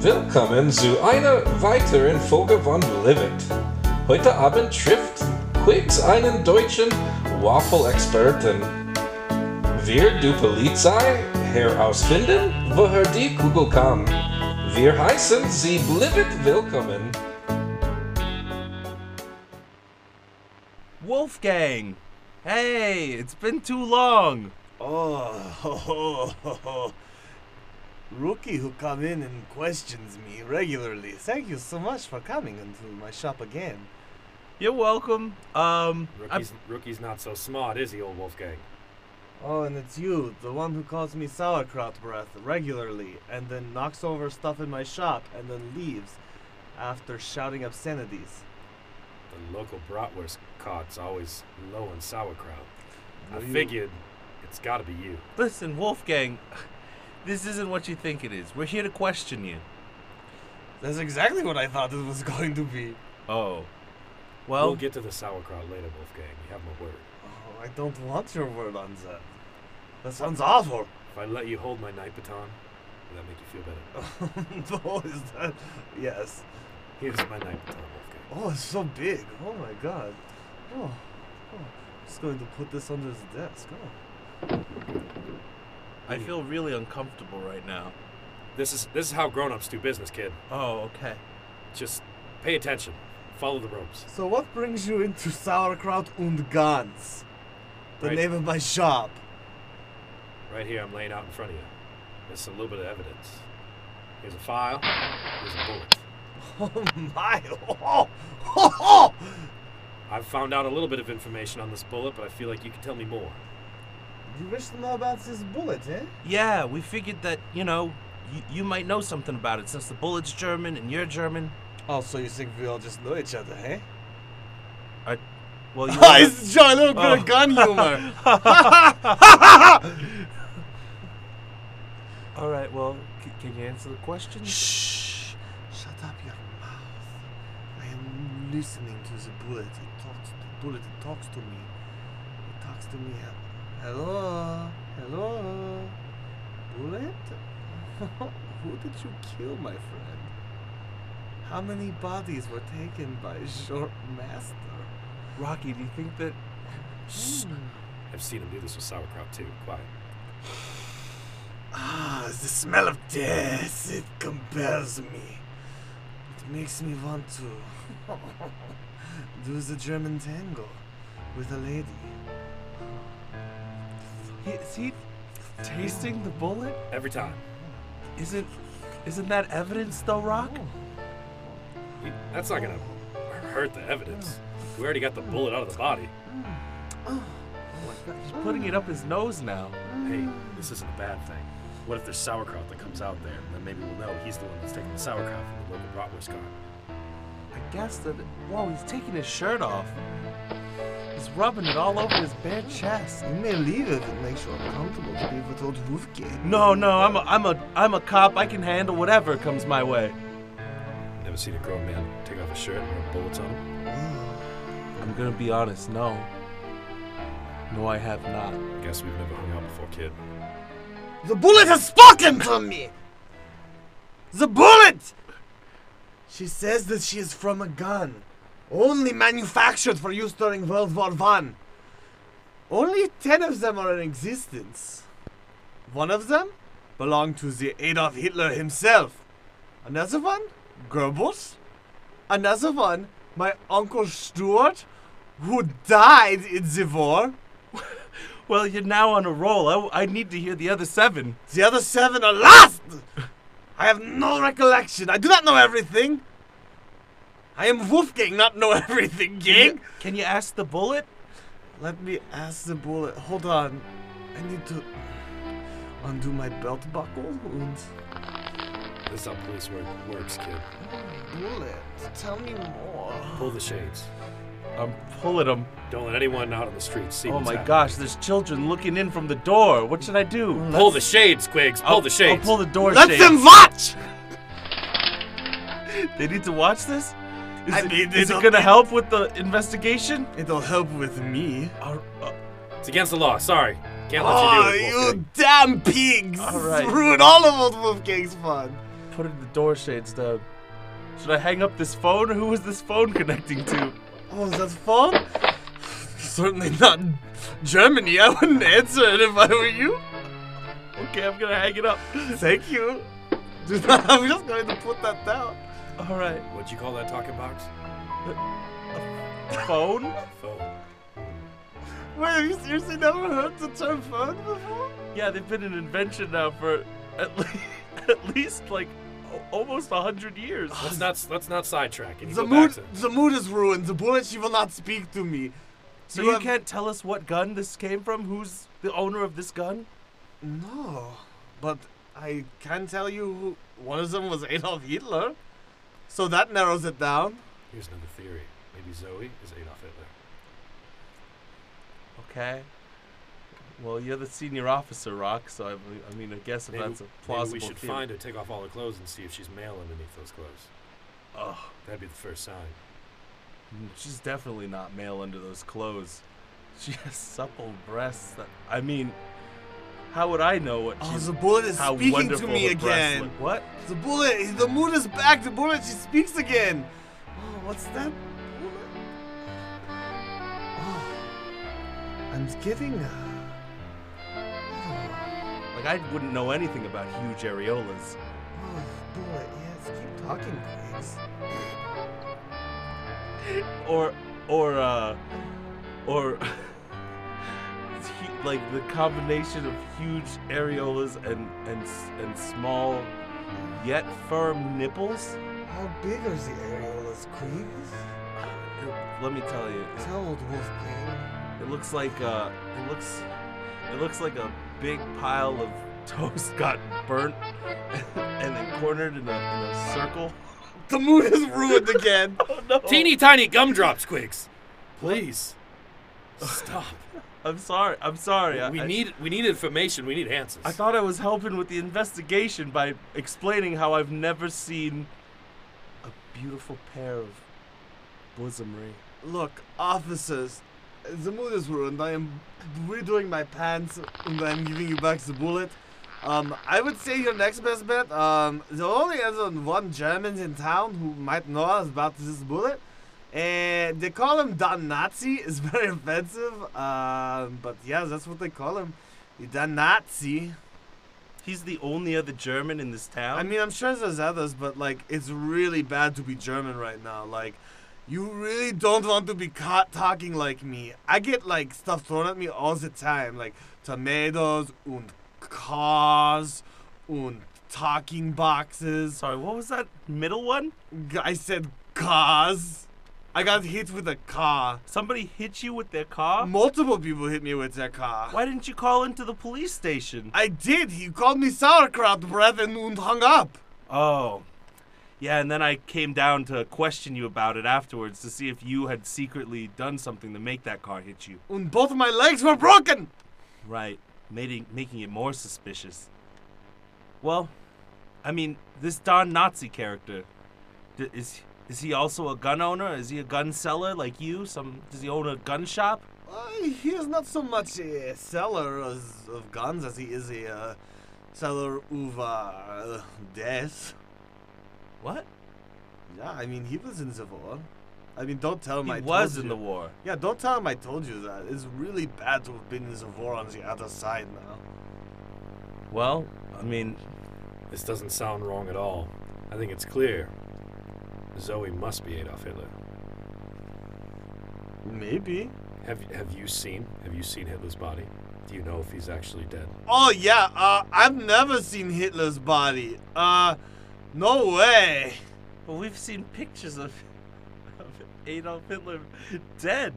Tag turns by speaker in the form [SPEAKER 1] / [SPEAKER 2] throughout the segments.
[SPEAKER 1] Willkommen zu einer weiteren Folge von Live It. Heute Abend trifft Quigs einen deutschen Waffle-Experten. Wird die Polizei herausfinden, woher die Kugel kam? Wir heißen Sie Blivet willkommen.
[SPEAKER 2] Wolfgang! Hey, it's been too long.
[SPEAKER 3] Oh, ho, ho, ho, ho. Rookie who come in and questions me regularly. Thank you so much for coming into my shop again.
[SPEAKER 2] You're welcome. Um, I'm-
[SPEAKER 4] Rookie's, rookie's not so smart, is he, old Wolfgang?
[SPEAKER 3] Oh, and it's you, the one who calls me sauerkraut breath regularly, and then knocks over stuff in my shop and then leaves after shouting obscenities.
[SPEAKER 4] The local bratwurst cart's always low in sauerkraut. I
[SPEAKER 3] Will you-
[SPEAKER 4] figured it's gotta be you.
[SPEAKER 2] listen, Wolfgang, this isn't what you think it is. We're here to question you.
[SPEAKER 3] That's exactly what I thought it was going to be.
[SPEAKER 2] Oh. Well,
[SPEAKER 4] We'll get to the sauerkraut later, Wolfgang. You have my word.
[SPEAKER 3] Oh, I don't want your word on that. That sounds awful.
[SPEAKER 4] If I let you hold my night baton, will that make you feel better?
[SPEAKER 3] no, is that? Yes.
[SPEAKER 4] Here's my night baton, Wolfgang.
[SPEAKER 3] Oh, it's so big. Oh my god. Oh, oh. just going to put this under his desk. Oh.
[SPEAKER 2] I feel really uncomfortable right now.
[SPEAKER 4] This is this is how grown-ups do business, kid.
[SPEAKER 2] Oh, okay.
[SPEAKER 4] Just pay attention. Follow the ropes.
[SPEAKER 3] So, what brings you into Sauerkraut und Gans? The
[SPEAKER 4] Right.
[SPEAKER 3] name of my shop.
[SPEAKER 4] Right here, I'm laying out in front of you. There's a little bit of evidence. Here's a file. Here's a bullet.
[SPEAKER 3] Oh my! Oh, oh, oh.
[SPEAKER 4] I've found out a little bit of information on this bullet, but I feel like you can tell me more.
[SPEAKER 3] You wish to know about this bullet, eh?
[SPEAKER 2] Yeah, we figured that, you know, you, you might know something about it since the bullet's German and you're German.
[SPEAKER 3] Oh, so you think we all just know each other, eh?
[SPEAKER 2] I, well, you.
[SPEAKER 3] it's John, a little bit
[SPEAKER 2] Oh.
[SPEAKER 3] of gun humor.
[SPEAKER 2] All right, well, c- can you answer the question?
[SPEAKER 3] Shh! Shut up your mouth. I am listening to the bullet. It talks. The bullet it talks to me. It talks to me. Hel- Hello, hello, bullet. Who did you kill, my friend? How many bodies were taken by short master?
[SPEAKER 2] Rocky, do you think that.
[SPEAKER 4] Shh. I've seen him do this with sauerkraut too. Quiet.
[SPEAKER 3] Ah, the smell of death. It compels me. It makes me want to do the German tango with a lady.
[SPEAKER 2] He, is he tasting the bullet?
[SPEAKER 4] Every time.
[SPEAKER 2] Isn't isn't that evidence though, Rock?
[SPEAKER 4] Oh. He- That's not gonna hurt the evidence. We already got the bullet out of the body.
[SPEAKER 2] He's putting it up his nose now.
[SPEAKER 4] Hey, this isn't a bad thing. What if there's sauerkraut that comes out there? Then maybe we'll know he's the one that's taking the sauerkraut from the local bratwurst cart.
[SPEAKER 2] I guess that whoa, he's taking his shirt off. He's rubbing it all over his bare chest.
[SPEAKER 3] You may leave if it makes you uncomfortable to be with old Wolfgang.
[SPEAKER 2] No, no, I'm a I'm a I'm a cop. I can handle whatever comes my way.
[SPEAKER 4] Never seen a grown man take off his shirt and rub bullets on him.
[SPEAKER 2] I'm gonna be honest, no. No, I have not.
[SPEAKER 4] Guess we've never hung out before, kid.
[SPEAKER 3] The bullet has spoken to me! The bullet! She says that she is from a gun. Only manufactured for use during World War One. Only ten of them are in existence. One of them belonged to the Adolf Hitler himself. Another one, Goebbels. Another one, my uncle Stuart, who died in the war.
[SPEAKER 2] Well, you're now on a roll. I, w- I need to hear the other seven.
[SPEAKER 3] The other seven are lost! I have no recollection. I do not know everything. I am Wolfgang, not know everything, gang.
[SPEAKER 2] Can you ask the bullet?
[SPEAKER 3] Let me ask the bullet. Hold on. I need to undo my belt buckle and.
[SPEAKER 4] This is how police work works, kid.
[SPEAKER 3] Bullet, tell me more.
[SPEAKER 4] Pull the shades.
[SPEAKER 2] I'm pulling him.
[SPEAKER 4] Don't let anyone out on the streets see
[SPEAKER 2] Oh
[SPEAKER 4] what's
[SPEAKER 2] my
[SPEAKER 4] happening.
[SPEAKER 2] gosh, there's children looking in from the door. What should I do?
[SPEAKER 4] Pull the shades, Quigs. Pull
[SPEAKER 2] I'll-
[SPEAKER 4] the shades.
[SPEAKER 2] I'll pull the door
[SPEAKER 3] Let
[SPEAKER 2] shades.
[SPEAKER 3] them watch!
[SPEAKER 2] They need to watch this? Is
[SPEAKER 3] I
[SPEAKER 2] it,
[SPEAKER 3] mean,
[SPEAKER 2] is
[SPEAKER 3] it'll-
[SPEAKER 2] it gonna help with the investigation?
[SPEAKER 3] It'll help with me.
[SPEAKER 2] All
[SPEAKER 4] It's against the law. Sorry. Can't let
[SPEAKER 3] Oh,
[SPEAKER 2] Ah,
[SPEAKER 4] you do it.
[SPEAKER 3] you
[SPEAKER 4] Wolfgang.
[SPEAKER 3] damn pigs!
[SPEAKER 2] All right.
[SPEAKER 3] Ruin all of old Wolfgang's fun.
[SPEAKER 2] put it in the door shades down. Should I hang up this phone? Who is this phone connecting to?
[SPEAKER 3] Oh, is that phone?
[SPEAKER 2] Certainly not Germany. I wouldn't answer it if I were you. Okay, I'm gonna hang it up.
[SPEAKER 3] Thank you. Do not- I'm just going to put that down.
[SPEAKER 2] All right,
[SPEAKER 4] What'd you call that talking box?
[SPEAKER 2] phone.
[SPEAKER 4] Phone.
[SPEAKER 3] Wait, have you seriously never heard the term phone before?
[SPEAKER 2] Yeah, they've been an invention now for at least at least like o- almost a hundred years.
[SPEAKER 4] Let's not let's not sidetrack. Can you
[SPEAKER 3] The
[SPEAKER 4] go back
[SPEAKER 3] mood,
[SPEAKER 4] to-
[SPEAKER 3] the mood is ruined. The bullet, she will not speak to me.
[SPEAKER 2] So you
[SPEAKER 3] have-
[SPEAKER 2] can't tell us what gun this came from? Who's the owner of this gun?
[SPEAKER 3] No, but I can tell you who- one of them was Adolf Hitler. So that narrows it down.
[SPEAKER 4] Here's another theory. Maybe Zoe is Adolf Hitler.
[SPEAKER 2] Okay. Well, you're the senior officer, Rock. So I, be- I mean, I guess if
[SPEAKER 4] Maybe,
[SPEAKER 2] that's a
[SPEAKER 4] maybe
[SPEAKER 2] plausible
[SPEAKER 4] we should
[SPEAKER 2] theory.
[SPEAKER 4] find her, take off all her clothes, and see if she's male underneath those clothes.
[SPEAKER 2] Ugh,
[SPEAKER 4] That'd be the first sign.
[SPEAKER 2] mm, she's definitely not male under those clothes. She has supple breasts. That, I mean, how would I know what
[SPEAKER 3] Oh,
[SPEAKER 2] she's?
[SPEAKER 3] the bullet is
[SPEAKER 2] how
[SPEAKER 3] speaking to
[SPEAKER 2] wonderful
[SPEAKER 3] me
[SPEAKER 2] her breasts
[SPEAKER 3] again.
[SPEAKER 2] look. What?
[SPEAKER 3] The bullet, the moon is back. The bullet, she speaks again. Oh, what's that? bullet? Oh, I'm getting. Uh,
[SPEAKER 2] Like I wouldn't know anything about huge areolas.
[SPEAKER 3] oh, bullet, yes, keep talking, please.
[SPEAKER 2] or or uh or it's hu- like the combination of huge areolas and and s- and small yet firm nipples
[SPEAKER 3] How big are the areolas, Queens?
[SPEAKER 2] It- let me tell you it-
[SPEAKER 3] Tell old Wolfgang.
[SPEAKER 2] it looks like uh it looks it looks like a big pile of toast got burnt and then cornered in a, in a circle
[SPEAKER 3] The moon is ruined again.
[SPEAKER 2] oh no
[SPEAKER 4] Teeny tiny gumdrops, Quicks. Please stop.
[SPEAKER 2] i'm sorry i'm sorry I-
[SPEAKER 4] we
[SPEAKER 2] I-
[SPEAKER 4] need we need information. We need answers.
[SPEAKER 2] I thought I was helping with the investigation by explaining how I've never seen a beautiful pair of bosomry.
[SPEAKER 3] Look, officers, the mood is ruined. I am redoing my pants and I'm giving you back the bullet. Um, I would say your next best bet, um, the only other one German in town who might know us about this bullet. And they call him Don Nazi. It's very offensive. Um, but yeah, that's what they call him. The Don Nazi.
[SPEAKER 2] He's the only other German in this town.
[SPEAKER 3] I mean, I'm sure there's others, but like, it's really bad to be German right now. Like, you really don't want to be caught talking like me. I get like stuff thrown at me all the time, like tomatoes and cars and talking boxes.
[SPEAKER 2] sorry, what was that middle one?
[SPEAKER 3] G- I said cars. I got hit with a car.
[SPEAKER 2] Somebody hit you with their car?
[SPEAKER 3] Multiple people hit me with their car.
[SPEAKER 2] Why didn't you call into the police station?
[SPEAKER 3] I did. He called me sauerkraut breath and und hung up.
[SPEAKER 2] Oh. Yeah, and then I came down to question you about it afterwards to see if you had secretly done something to make that car hit you.
[SPEAKER 3] And both my legs were broken.
[SPEAKER 2] Right, making making it more suspicious. Well, I mean, this Don Nazi character, d- is is he also a gun owner? Is he a gun seller like you? Some does he own a gun shop?
[SPEAKER 3] Uh, he is not so much a seller as, of guns as he is a uh, seller of uh, death.
[SPEAKER 2] What?
[SPEAKER 3] Yeah, I mean, he was in the war. I mean, don't tell him
[SPEAKER 2] He
[SPEAKER 3] I
[SPEAKER 2] was
[SPEAKER 3] told
[SPEAKER 2] in
[SPEAKER 3] you.
[SPEAKER 2] the war.
[SPEAKER 3] Yeah, don't tell him I told you that. It's really bad to have been in the war on the other side now.
[SPEAKER 2] Well, I mean,
[SPEAKER 4] this doesn't sound wrong at all. I think it's clear. Zoe must be Adolf Hitler.
[SPEAKER 3] Maybe.
[SPEAKER 4] Have have you seen have you seen Hitler's body? Do you know if he's actually dead?
[SPEAKER 3] Oh, yeah, uh, I've never seen Hitler's body. Uh, no way.
[SPEAKER 2] but we've seen pictures of of Adolf Hitler dead.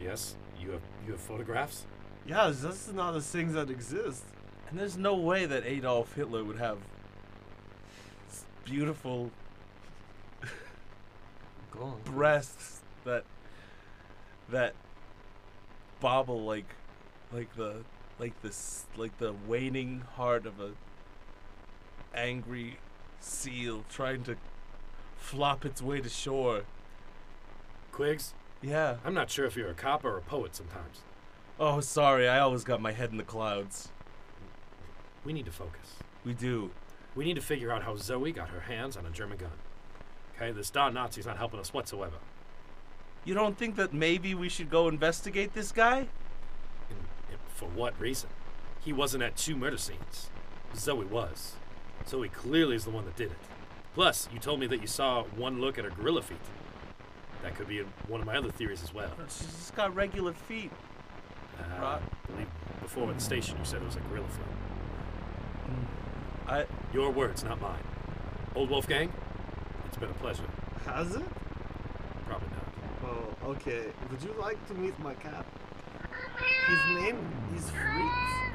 [SPEAKER 4] Yes. You have you have photographs?
[SPEAKER 3] Yeah, that's not a thing that exists.
[SPEAKER 2] And there's no way that Adolf Hitler would have s- beautiful
[SPEAKER 3] Go on.
[SPEAKER 2] breasts that that bobble like like the like this like the waning heart of a angry seal trying to flop its way to shore.
[SPEAKER 4] Quiggs,
[SPEAKER 2] Yeah.
[SPEAKER 4] I'm not sure if you're a cop or a poet sometimes.
[SPEAKER 2] Oh, sorry. I always got my head in the clouds.
[SPEAKER 4] We need to focus.
[SPEAKER 2] We do.
[SPEAKER 4] We need to figure out how Zoe got her hands on a German gun. Okay, this Don Nazi's not helping us whatsoever.
[SPEAKER 2] You don't think that maybe we should go investigate this guy?
[SPEAKER 4] And, and for what reason? He wasn't at two murder scenes. Zoe was. Zoe clearly is the one that did it. Plus, you told me that you saw one look at her gorilla feet. That could be one of my other theories as well.
[SPEAKER 2] She's just got regular feet.
[SPEAKER 4] Uh,
[SPEAKER 2] Right.
[SPEAKER 4] I believe before at the station you said it was a gorilla feet.
[SPEAKER 2] Mm. I
[SPEAKER 4] Your words, not mine. Old Wolfgang, it's been a pleasure.
[SPEAKER 3] Has it?
[SPEAKER 4] Probably not.
[SPEAKER 3] Oh, okay. Would you like to meet my cat? His name is Freaks.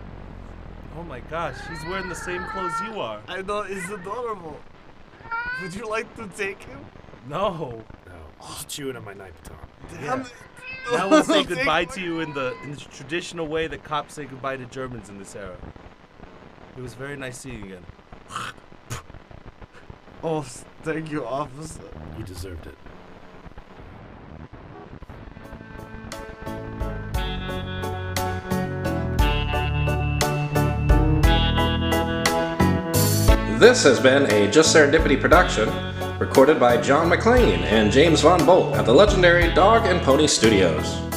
[SPEAKER 2] oh my gosh, he's wearing the same clothes you are.
[SPEAKER 3] I know, he's adorable. Would you like to take him?
[SPEAKER 2] No.
[SPEAKER 4] No, just Oh, chewing on my night baton.
[SPEAKER 3] Damn
[SPEAKER 2] Yeah.
[SPEAKER 3] it.
[SPEAKER 2] I will say
[SPEAKER 3] Take
[SPEAKER 2] goodbye
[SPEAKER 3] my-
[SPEAKER 2] to you in the in the traditional way that cops say goodbye to Germans in this era. It was very nice seeing you again.
[SPEAKER 3] Oh, s- thank you, officer.
[SPEAKER 4] You deserved it.
[SPEAKER 1] This has been a Just Serendipity production, recorded by John McLean and James Von Bolt at the legendary Dog and Pony Studios.